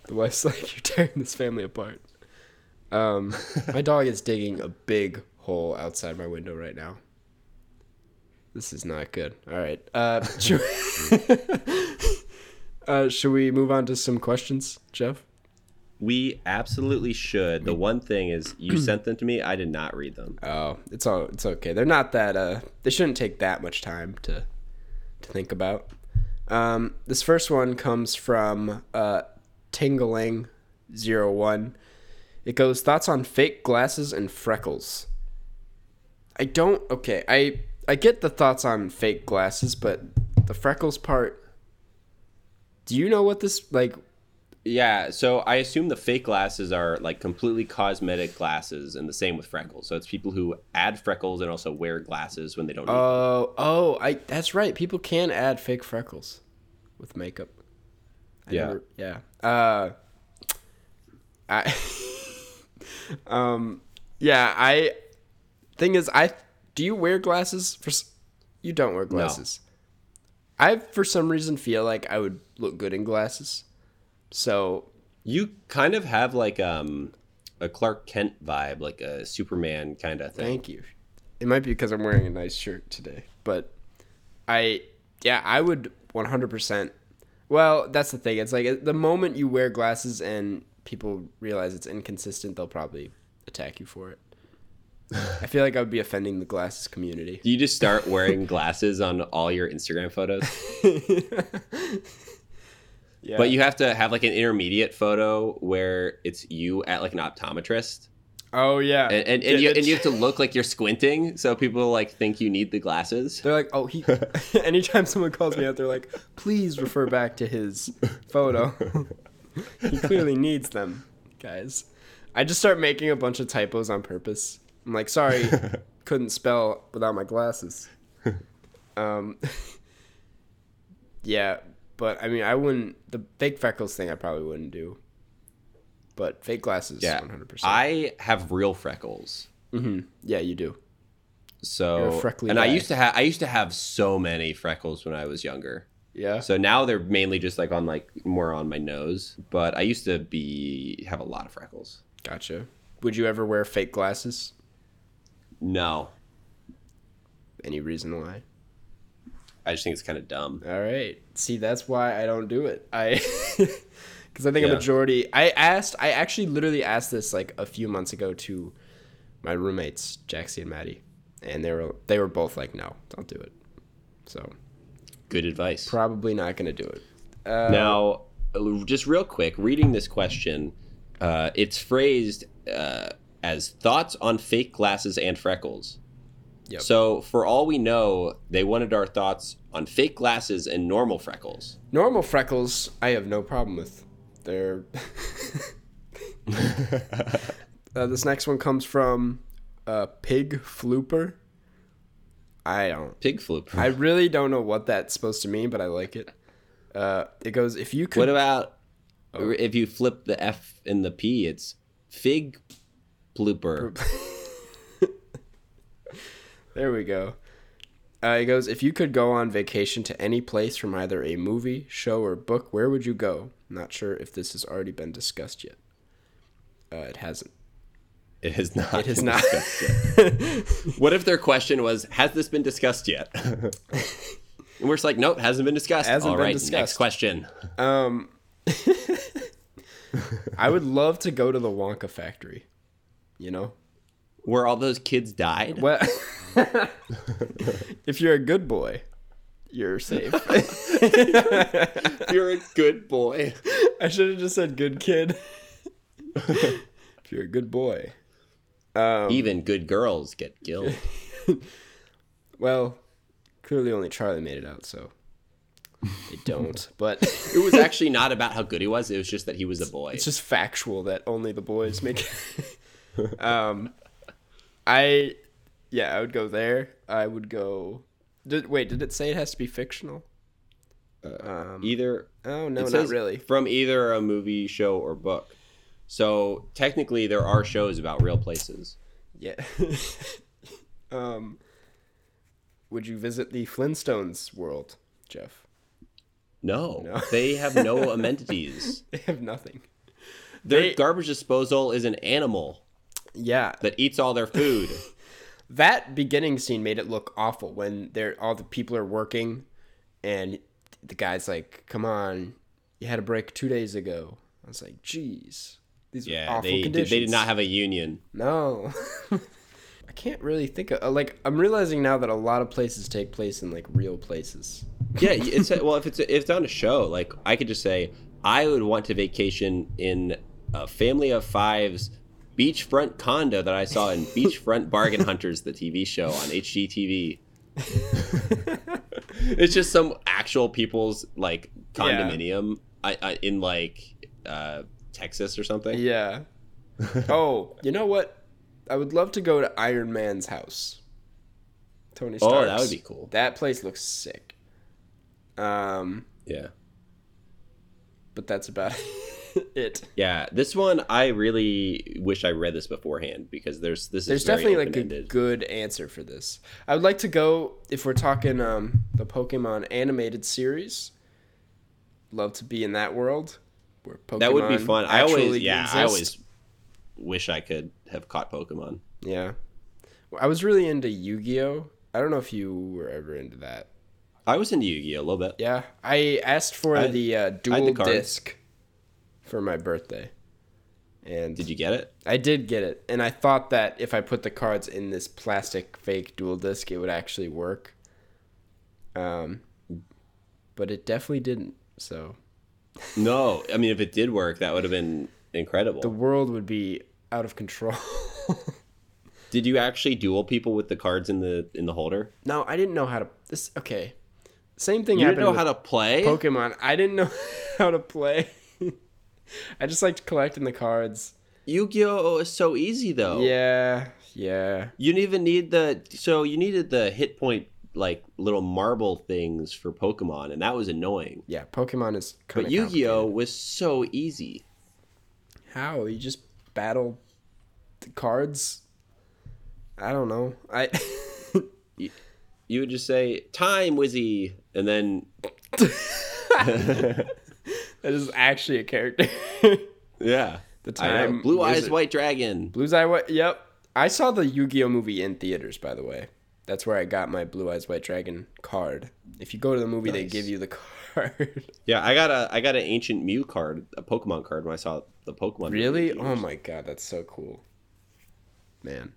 the wife's like, You're tearing this family apart. Um my dog is digging a big hole outside my window right now. [LAUGHS] This is not good. All right. Uh, George, [LAUGHS] Uh, should we move on to some questions, Jeff?
We absolutely should. The one thing is, you sent them to me. I did not read them.
Oh, it's all it's okay. They're not that. Uh, they shouldn't take that much time to to think about. Um, this first one comes from uh, Tingling Zero One. It goes thoughts on fake glasses and freckles. I don't. Okay, I I get the thoughts on fake glasses, but the freckles part. Do you know what this like?
Yeah, so I assume the fake glasses are like completely cosmetic glasses, and the same with freckles. So it's people who add freckles and also wear glasses when they don't. need them.
Oh, oh, I. That's right. People can add fake freckles with makeup. I
Yeah.
never- yeah. Uh, I. [LAUGHS] um. Yeah. I. Thing is, I. Do you wear glasses? For s- you don't wear glasses. I for some reason feel like I would look good in glasses. So
You kind of have like um a Clark Kent vibe, like a Superman kind of thing.
Thank you. It might be because I'm wearing a nice shirt today, but I, yeah, I would 100%. Well, that's the thing. It's like at the moment you wear glasses and people realize it's inconsistent, they'll probably attack you
[LAUGHS]
for it. I feel like I would be offending the glasses community.
[LAUGHS] Do you
[LAUGHS]
just start wearing glasses on all your Instagram photos?
Yeah.
But you have to have like an intermediate photo where it's you at like an optometrist,
oh yeah,
and and, and you and you have to look like you're squinting, so people like think you need the glasses.
They're like, oh,
[LAUGHS]
he. [LAUGHS] Anytime someone calls me out, they're like, please refer back to his
[LAUGHS]
photo. he clearly needs them, guys. I just start making a bunch of typos on purpose. I'm like,
[LAUGHS]
sorry, couldn't spell without my glasses. Um, yeah, but I mean, I wouldn't. The fake freckles thing, I probably wouldn't do. But fake glasses,
Yeah,
100%.
I have real freckles.
Mm-hmm. yeah, you do.
So
You're a freckly
and I
guy.
used to have I used to have so many freckles when I was younger.
Yeah.
So now they're mainly just like on like more on my nose, but I used to be have a lot of freckles.
gotcha. Would you ever wear fake glasses?
No,
Any reason why?
I just think it's kind of dumb.
All right. See, that's why I don't do it. I [LAUGHS] because I think a
Yeah.
majority. I asked. I actually literally asked this like a few months ago to my roommates, Jaxie and Maddie, and they were they were both like, "No, don't do it." So
Good advice.
probably not gonna do it.
now, just real quick, reading this question, uh, it's phrased uh, as thoughts on fake glasses and freckles.
Yep.
So for all we know, they wanted our thoughts on fake glasses and normal freckles.
Normal freckles, I have no problem with. They're [LAUGHS] uh, this next one comes from uh, Pig Flooper. I don't.
Pig floop.
I really don't know what that's supposed to mean, but I like it. Uh, it goes if you could
[LAUGHS] What about
Oh.
if you flip the F and the P? It's fig blooper.
There we go. Uh, it goes, if you could go on vacation to any place from either a movie, show, or book, where would you go? Not sure if this has already been discussed yet. Uh, it hasn't.
It has not.
It has not.
[LAUGHS] What if their question was, "Has this been discussed yet?" [LAUGHS] and we're just like, "Nope, hasn't been discussed."
Hasn't
All
been
right, next
discussed.
question.
um, [LAUGHS] I would love to go to the Wonka factory. You know?
Where all those kids died?
Well, [LAUGHS] if you're a good boy, you're safe.
You're a good [LAUGHS] boy.
I should have just said good kid. [LAUGHS] if you're a good boy. Um,
Even good girls get
[LAUGHS]
killed.
Well, clearly only Charlie made it out, so [LAUGHS] they don't. but
It was actually not about how good he was. It was just that he was a boy.
it's just factual that only the boys make it. [LAUGHS] um, I, yeah, I would go there. I would go. Did, wait, did it say it has to be fictional?
Either
Oh no,
It
not
says
really.
From either a movie, show, or book. So technically, there are shows about real places.
Yeah. [LAUGHS] um, would you visit the Flintstones world, Jeff?
No,
No.
[LAUGHS] they have no
[LAUGHS]
amenities.
They have nothing.
Their
They-
garbage disposal is an animal
Yeah,
that eats all their food.
that beginning scene made it look awful when they're all the people are working and the guy's like come on You had a break two days ago. I was like, geez, these are
Yeah,
awful
they did,
conditions.
they did not have a union.
No. [LAUGHS] I can't really think of like I'm realizing now that a lot of places take place in like real places.
[LAUGHS] Yeah, it's well if it's if it's on a show, like I could just say I would want to vacation in a family of five's beachfront condo that I saw in [LAUGHS] Beachfront Bargain Hunters, the TV show on HGTV. [LAUGHS] it's just some actual people's like condominium I, I, in like uh, Texas or something.
Yeah. [LAUGHS] oh, you know what? I would love to go to Iron Man's house. Tony
Oh,
Stark's.
that would be cool.
That place looks sick. Um,
Yeah.
but that's about [LAUGHS] it.
Yeah, this one I really wish I read this beforehand because there's this
There's
is very
definitely like a
open-ended.
good answer for this. I would like to go if we're talking um the Pokemon animated series. Love to be in that world where Pokemon
that would be fun. I always
actually
yeah, I
exist.
always wish I could have caught Pokemon.
yeah. Well, I was really into Yu-Gi-Oh. I don't know if you were ever into that.
I was into Yu-Gi-Oh a little bit.
Yeah, I asked for
I-
the uh, dual
cards.
disc for my birthday, and
Did you get it?
I did get it. And I thought that if I put the cards in this plastic fake dual disc, it would actually work. Um, but it definitely didn't. So
No, I mean if it did work, that would have been incredible.
the world would be out of control. [LAUGHS]
Did you actually duel people with the cards in the in the holder?
no, I didn't know how to. This okay. Same thing
You didn't
happened
know
with
how to play?
Pokemon. I didn't know [LAUGHS] how to play. [LAUGHS] I just liked collecting the cards.
Yu-Gi-Oh is so easy though.
Yeah, yeah.
You didn't even need the so you needed the hit point like little marble things for Pokemon, and that was annoying.
Yeah, Pokemon is kind
But
of
Yu-Gi-Oh was so easy.
How you just battle the cards? I don't know. I [LAUGHS]
You would just say time, Wizzy, and then
that is actually a character. [LAUGHS]
yeah, the
time
Blue eyes,
wizard.
white dragon.
Blue's Eye White. Yep, I saw the Yu-Gi-Oh movie in theaters. By the way, that's where I got my Blue Eyes White Dragon card. If you go to the movie, they
Nice.
give you the card. [LAUGHS]
Yeah, I got a I got an ancient Mew card, a Pokemon card when I saw the Pokemon. movie. Um,
really? Oh my god, that's so cool, man.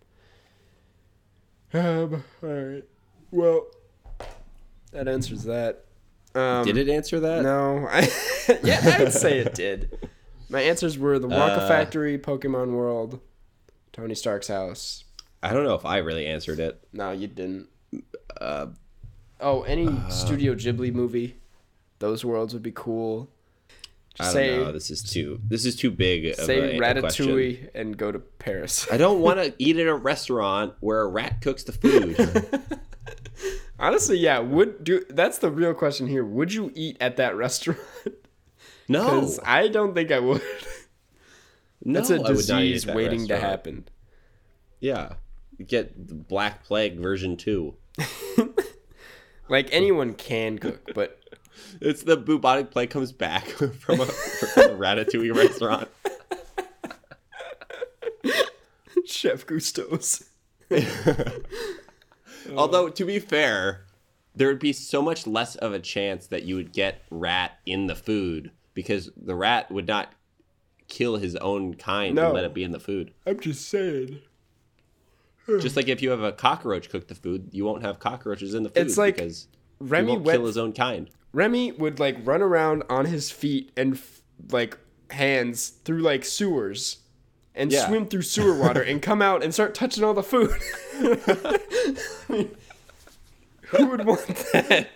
Um. All right. Well, that answers that. Um,
Did it
[LAUGHS]
answer that? [LAUGHS]
No, I, yeah, I'd say it did. My answers were the Wonka
Uh,
Factory, Pokemon World, Tony Stark's house.
I don't know if I really answered it.
No, you didn't. Uh, oh, any Studio Ghibli movie. Those worlds would be cool.
I don't
say
know. This is too this is too big of
say
a, a question.
Ratatouille and go to Paris.
I don't want to eat at a restaurant where a rat cooks the [LAUGHS] food.
[LAUGHS] Honestly, yeah, would do. That's the real question here. Would you eat at that [LAUGHS] restaurant?
No,
Because I don't think I would. [LAUGHS]
no,
That's
I
a
would not eat at
disease
that
waiting to
restaurant.
happen.
Yeah, get the Black Plague version two.
Like anyone can cook, but
It's the bubonic plague comes back [LAUGHS] from a, from a [LAUGHS] ratatouille restaurant.
Chef Gusto's.
Although to be fair, there would be so much less of a chance that you would get rat in the food because the rat would not kill his own kind
No.
and let it be in the [SIGHS] food.
I'm just saying.
Just like if you have a cockroach cook the food, you won't have cockroaches in the food
It's like
because he
Remy
won't
went,
kill his own kind.
Remy would like run around on his feet and f- like hands through like sewers and
Yeah.
swim through sewer water and come out and start touching all the food. [LAUGHS] I mean, who would want that?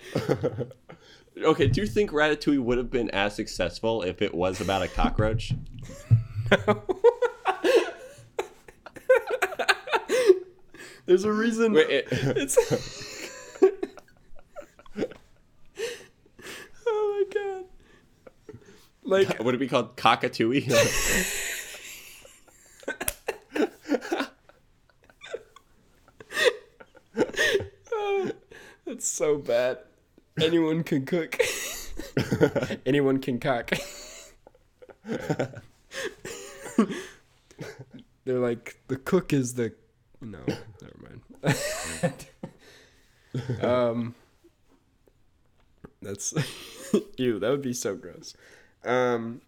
Okay, do you think Ratatouille would have been as successful if it was about a cockroach?
There's a reason.
Wait, it-
[LAUGHS] It's.
[LAUGHS]
oh my god. Like
[LAUGHS] Would it be called cockatouille? [LAUGHS]
It's so bad. Anyone can cook. Anyone can cock. They're like the cook is the no, never mind. [LAUGHS] um, that's ew. That would be so gross. Um,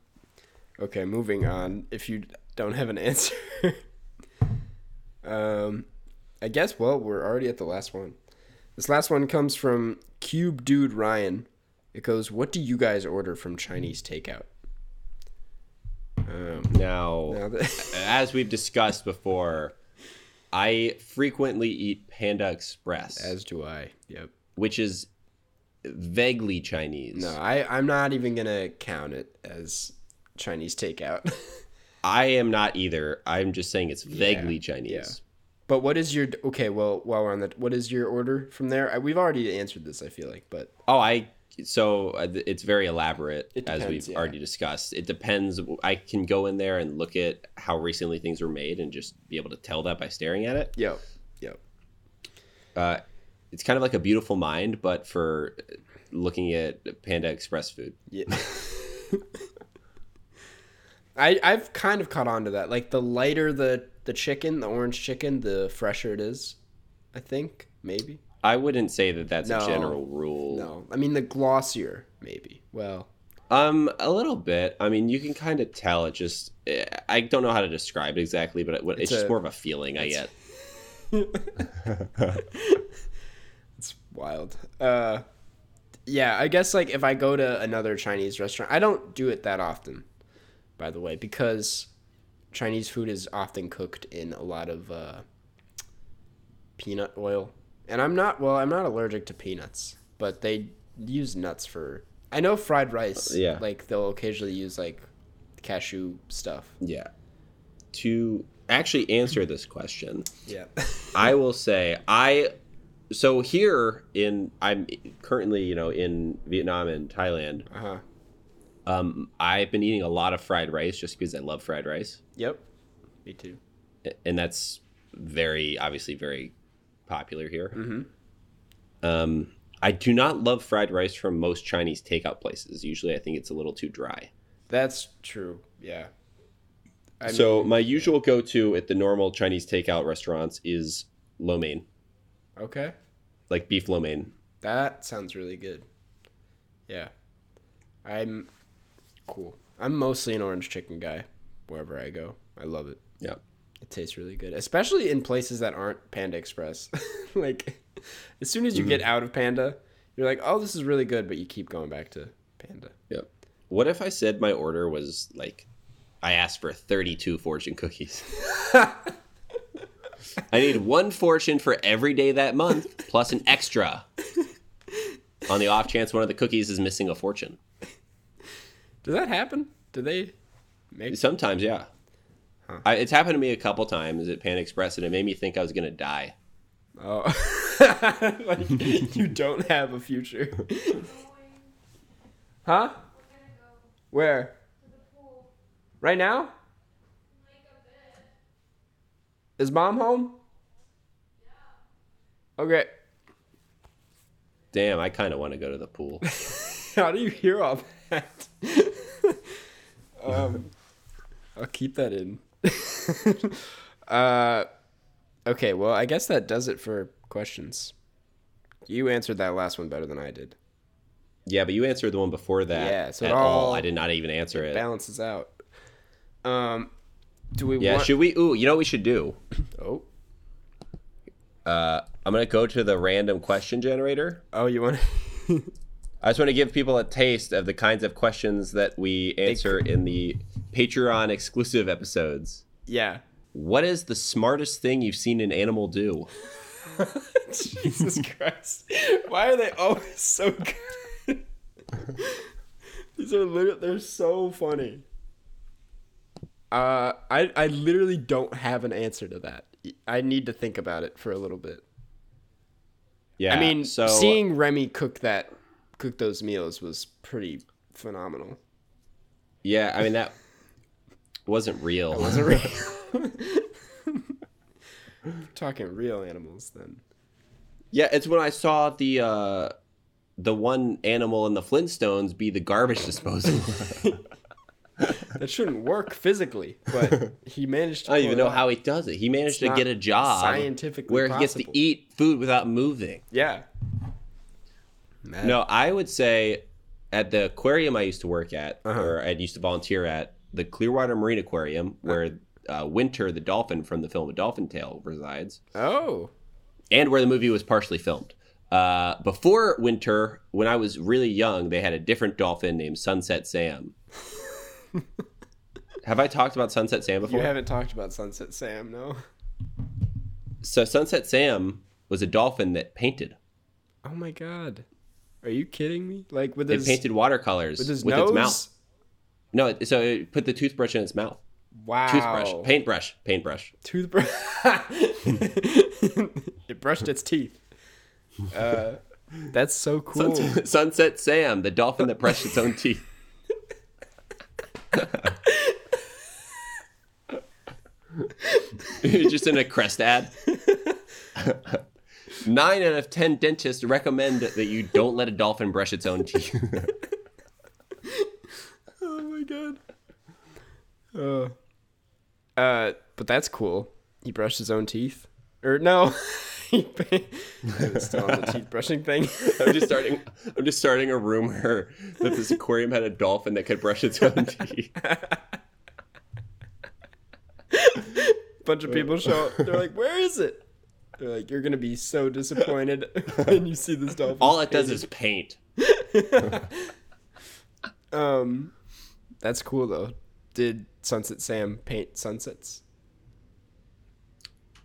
okay, moving on. If you don't have an answer, [LAUGHS] um, I guess. Well, we're already at the last one. This last one comes from Cube Dude Ryan. It goes, "What do you guys order from Chinese takeout?" Um,
Now,
now that- [LAUGHS]
as we've discussed before, I frequently eat Panda Express,
as do I. Yep.
which is vaguely Chinese.
No, I, I'm not even gonna count it as Chinese takeout. [LAUGHS]
I am not either. I'm just saying it's vaguely Chinese.
but what is your okay? Well, while we're on that, what is your order from there? I, we've already answered this. I feel like, but
Oh, I so uh, th- it's very elaborate
It
as
depends,
we've
yeah.
already discussed. It depends. I can go in there and look at how recently things were made and just be able to tell that by staring at it.
yep, yep.
Uh, it's kind of like a beautiful mind, but for looking at Panda Express food.
Yeah. I I've kind of caught on to that. Like the lighter the the chicken, the orange chicken, the fresher it is. I think maybe.
I wouldn't say that that's
No.
a general rule.
No, I mean the glossier maybe. Well,
Um, a little bit. I mean, you can kind of tell. It just, eh, I don't know how to describe it exactly, but it, it's,
It's
just
a-
more of a feeling I get.
it's wild. Uh, yeah, I guess like if I go to another Chinese restaurant, I don't do it that often, by the way, because Chinese food is often cooked in a lot of uh, peanut oil, and I'm not well, I'm not allergic to peanuts, but they use nuts for. I know fried rice.
Yeah.
like they'll occasionally use like cashew stuff.
Yeah. To actually answer this question,
[LAUGHS] Yeah,
I will say I so here in I'm currently, you know, in Vietnam and Thailand.
uh huh.
Um I've been eating a lot of fried rice just because I love fried rice
Yep, me too.
and that's very obviously very popular here.
Mhm.
Um I do not love fried rice from most Chinese takeout places. Usually I think it's a little too dry.
That's true. Yeah. I
so my usual go-to at the normal Chinese takeout restaurants is lo mein,
Okay.
like beef lo mein.
That sounds really good. Yeah. I'm cool. I'm mostly an orange chicken guy wherever I go. I love it.
Yeah.
It tastes really good, especially in places that aren't Panda Express. [LAUGHS] like as soon as you get out of Panda, you're like, "Oh, this is really good," but you keep going back to Panda.
Yep. What if I said my order was like, I asked for 32 fortune cookies? I need one fortune for every day that month, plus an extra. On the off chance one of the cookies is missing a fortune.
Does that happen? Do they make
Sometimes, yeah. I, it's happened to me a couple times at Pan Express, and it made me think I was going to die.
Oh. [LAUGHS] like you don't have a future. huh? Where? Right now? Is mom home? Okay. [LAUGHS]
Damn, I kind of want to go to the pool.
How do you hear all that? um, I'll keep that in. [LAUGHS] uh, okay, well, I guess that does it for questions. You answered that last one better than I did.
yeah, but you answered the one before that
Yeah, so it
at all,
all-
I did not even answer it.
Balances out. Um, do we
Yeah,
want?
should we? Ooh, you know what we should do?
oh,
Uh, I'm gonna go to the random question generator.
oh, you want?
I just want to give people a taste of the kinds of questions that we answer in the Patreon exclusive episodes.
[LAUGHS] yeah. [LAUGHS]
What is the smartest thing you've seen an animal do?
Jesus
[LAUGHS]
Christ! Why are they always so good? [LAUGHS] These are literally they're so funny. Uh, I I literally don't have an answer to that. I need to think about it for a little bit.
Yeah,
I mean,
so uh,
seeing Remy cook that cook those meals was pretty phenomenal.
yeah, I mean that wasn't real.
Talking real animals then.
[LAUGHS] yeah, it's when I saw the uh, the one animal in the Flintstones be the garbage disposal. [LAUGHS]
That shouldn't work physically, [LAUGHS] but he managed to
I don't even
pull it
know
off.
how he does it. He managed to
Oh, not
get a job
scientifically
where he gets to
possible.
eat food without moving.
Yeah. Mad.
No, I would say at the aquarium I used to work at,
Uh-huh.
or I used to volunteer at, the Clearwater Marine Aquarium, where uh, Winter, the dolphin from the film A Dolphin Tale, resides,
Oh.
and where the movie was partially filmed. Uh, before Winter, when I was really young, they had a different dolphin named Sunset
[LAUGHS]
Sam. Have I talked about Sunset Sam
You
before?
haven't talked about Sunset Sam, no?
So Sunset Sam was a dolphin that painted.
Oh my god. Are you kidding me? Like with
It
his
painted watercolors
with
with,
his nose?
its mouth. No, it- so it put the toothbrush in its mouth.
Wow.
Toothbrush, paintbrush, paintbrush.
Toothbrush. [LAUGHS] it brushed its teeth. Uh, that's so cool.
[LAUGHS] Sunset, Sunset Sam, the dolphin that brushed its own teeth. [LAUGHS] Just in a crest ad. [LAUGHS] Nine out of ten dentists recommend that you don't let a dolphin brush its own teeth.
Oh my god. Uh, uh, but that's cool. He brushed his own teeth. Or no, [LAUGHS] he I was still on the teeth brushing thing.
[LAUGHS]
[LAUGHS]
I'm just starting. I'm just starting a rumor that this aquarium had a dolphin that could brush its own teeth.
bunch of people show up. They're like, "Where is it?" They're like, "You're gonna be so disappointed [LAUGHS] when you see this dolphin."
All it does is paint.
Um, that's cool though. Did Sunset Sam paint sunsets?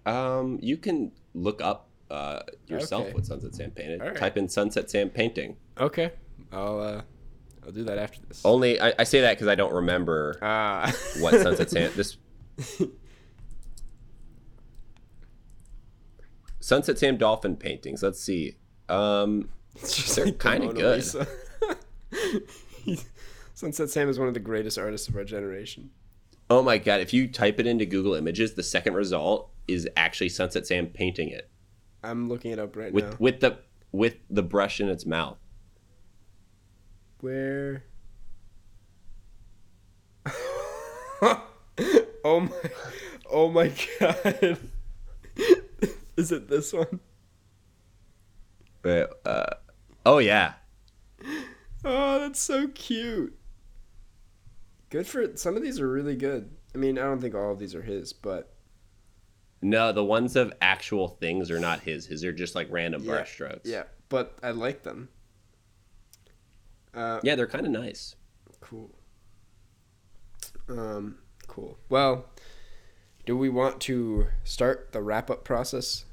Um, you can look up uh, yourself
Okay.
what Sunset Sam painted.
All right.
Type in Sunset Sam painting.
Okay, I'll uh, I'll do that after this.
Only I, I say that because I don't remember
[LAUGHS] Ah,
what Sunset Sam
[LAUGHS]
this. Sunset Sam dolphin paintings. Let's see. Um,
It's just
They're
like the
kinda
Mona
good.
Lisa. [LAUGHS] He's- Sunset Sam is one of the greatest artists of our generation.
oh my god! If you type it into Google Images, the second result is actually Sunset Sam painting it.
I'm looking it up right
with
now.
with the with the brush in its mouth.
Where? [LAUGHS] oh my! Oh my God! [LAUGHS] is it this one?
But, uh, oh yeah,
Oh, that's so cute. Good for some of these are really good. I mean, I don't think all of these are his, but
no, the ones of actual things are not his. His are just like random
Yeah,
brush strokes.
yeah, but I like them. Uh,
yeah, they're kind of nice.
Cool. Um, cool. Well, do we want to start the wrap up process?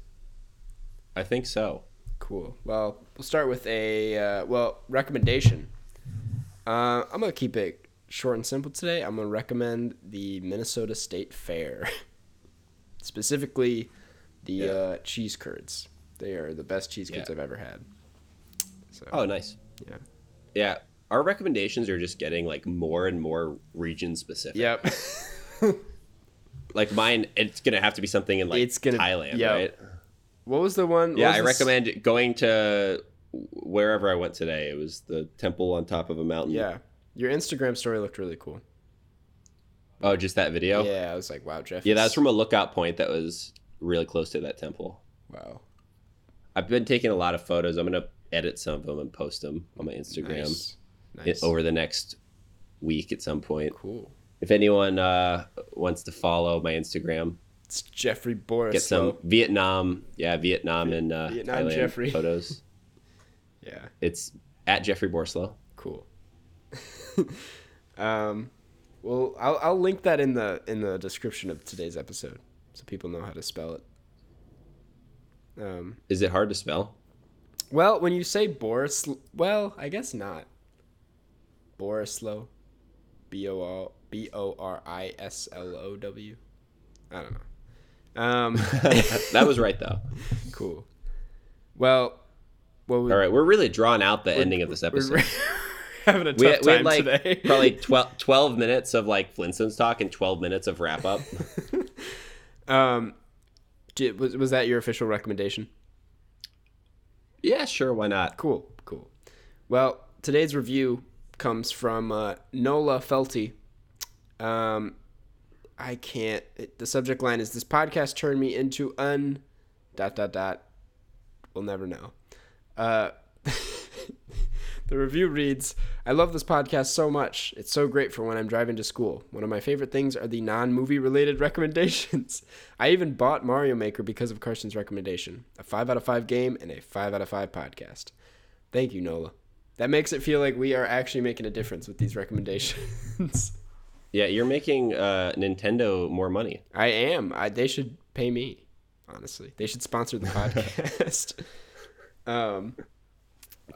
I think so.
Cool. Well, we'll start with a uh, well recommendation. Uh, I'm gonna keep it short and simple today. I'm gonna recommend the Minnesota State Fair, [LAUGHS] specifically the
Yeah.
uh, cheese curds. They are the best cheese curds
Yeah.
I've ever had. So
Oh, nice.
yeah,
Yeah, our recommendations are just getting like more and more region specific.
yep.
Like mine, it's gonna have to be something in like
It's gonna-
Thailand,
yeah.
right?
[LAUGHS] what was the one? what
Yeah,
was
I
the s-
recommend going to wherever I went today. It was the temple on top of a mountain.
Yeah, your Instagram story looked really cool.
Oh, just that video.
Yeah, I was like, wow, Jeff.
yeah that
is-
was from a lookout point that was really close to that temple.
wow.
I've been taking a lot of photos. I'm gonna edit some of them and post them on my Instagram
Nice.
i-
Nice.
over the next week at some point.
Cool.
If anyone uh, wants to follow my Instagram,
It's Jeffrey
get
Boris.
some Vietnam, yeah, Vietnam and uh,
Vietnam
Thailand
Jeffrey. [LAUGHS]
photos.
Yeah.
It's at Jeffrey Borslow.
Cool. [LAUGHS] um, well, I'll I'll link that in the in the description of today's episode, so people know how to spell it. Um.
Is it hard to spell?
Well, when you say Boris, well, I guess not. Borislow, B O R B O R I S L O W. I don't know. Um.
that was right though.
Cool. Well, well, we,
All right, we're really drawn out the ending of this episode.
we're [LAUGHS] having a tough
we, had- we
time
had like
today. [LAUGHS]
probably 12, 12 minutes of like Flintstones talk and twelve minutes of
[LAUGHS]
wrap up.
Um, did, was was that your official recommendation?
yeah, sure, why not?
Cool, cool. Well, today's review comes from uh, Nola Felty. Um, I can't. It, the subject line is "This podcast turned me into un." Dot dot dot. We'll never know. Uh, [LAUGHS] The review reads I love this podcast so much. It's so great for when I'm driving to school. One of my favorite things are the non movie related [LAUGHS] recommendations. I even bought Mario Maker because of Carson's recommendation a 5 out of 5 game and a 5 out of 5 podcast. Thank you, Nola. That makes it feel like we are actually making a difference with these recommendations.
Yeah, you're making uh, Nintendo more money.
I am. I, they should pay me, honestly. They should sponsor the podcast. um,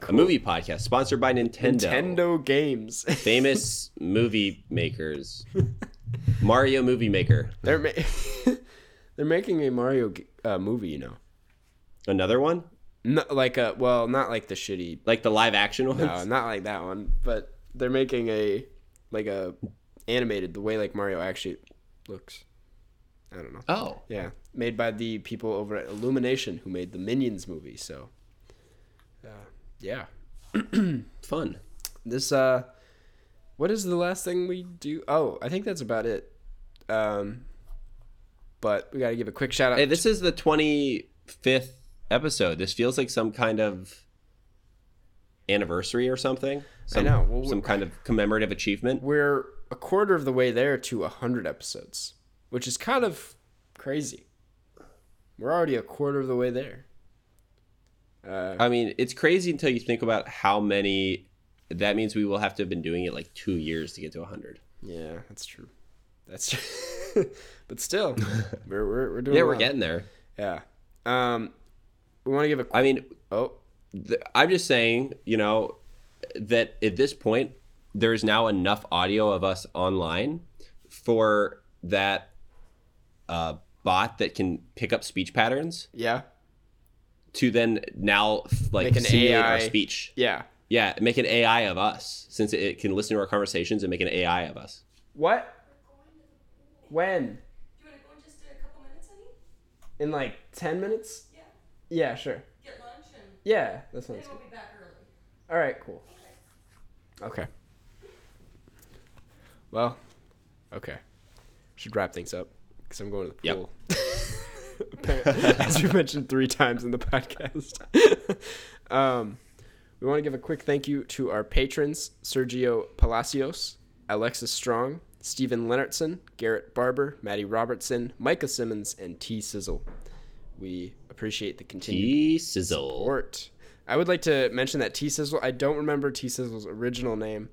A movie podcast sponsored by Nintendo.
Nintendo games. [LAUGHS]
Famous movie makers. Mario Movie Maker.
they're ma- [LAUGHS] they're making a Mario g- uh, movie, you know.
Another one?
No, like a well, not like the shitty,
Like the live action one? [LAUGHS]
no, not like that one, but they're making a like a animated the way like Mario actually looks. I don't know.
Oh.
Yeah, made by the people over at Illumination who made the Minions movie. So, uh, yeah,
Fun.
this uh, what is the last thing we do? Oh, I think that's about it. Um, but we got to give a quick shout out.
Hey, this is the 25th episode. This feels like some kind of anniversary or something. Some,
know. Well, we-
some kind of commemorative achievement.
We're a quarter of the way there to hundred episodes, which is kind of crazy. We're already a quarter of the way there.
I mean, it's crazy until you think about how many. That means we will have to have been doing it like two years to get to 100.
Yeah, that's true. That's [LAUGHS] true. but [LAUGHS] still, we're, we're, we're doing.
Yeah, we're
well.
getting there.
Yeah. Um, we want to give a
I mean,
oh
th- I'm just saying, you know, that at this point, there is now enough audio of us online for that uh, bot that can pick up speech patterns
yeah
to then now f- like
Make an
simulate our
AI.
speech.
yeah.
Yeah, make an AI of us since it- it can listen to our conversations and make an AI of us.
What? When?
Do you want to go in just a couple minutes, honey?
In like ten minutes?
Yeah.
Yeah, sure.
Get lunch and
Yeah, that sounds
then
good.
we'll be back early.
All right, cool. Okay. Well, okay. Should wrap things up because I'm going to the
Yep.
pool. As we mentioned three times in the podcast. [LAUGHS] um, we want to give a quick thank you to our patrons Sergio Palacios, Alexis Strong, Stephen Leonardson, Garrett Barber, Maddie Robertson, Micah Simmons, and T Sizzle. We appreciate the continued
Gee, sizzle.
Ort. I would like to mention that T Sizzle. I don't remember T Sizzle's original name,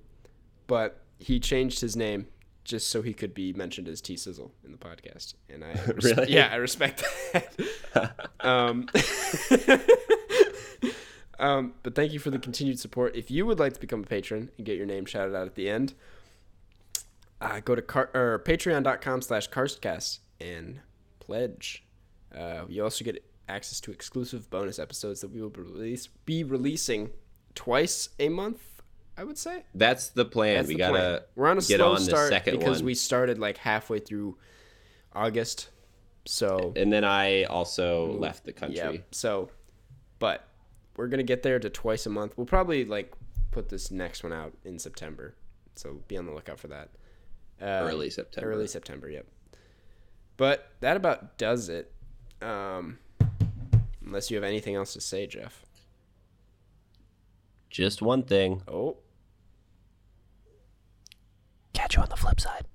but he changed his name just so he could be mentioned as T Sizzle in the podcast. And I res-
Really?
yeah, I respect that. um, [LAUGHS] um, but thank you for the continued support. If you would like to become a patron and get your name shouted out at the end, uh, go to car- or patreon.com slash karstcast and pledge. Uh, you also get access to exclusive bonus episodes that we will be release, be releasing twice a month, I would say.
That's the plan.
That's
we
the
gotta
plan. We're on a
get
slow
on the
start
second
because
one.
we started like halfway through August. So
and then I also left the
yeah.
country.
So, but we're gonna get there to twice a month. We'll probably like put this next one out in September. So be on the lookout for that. Um,
Early September.
Early September. Yep. But that about does it. Um, unless you have anything else to say, Jeff.
Just one thing.
Oh.
Catch you on the flip side.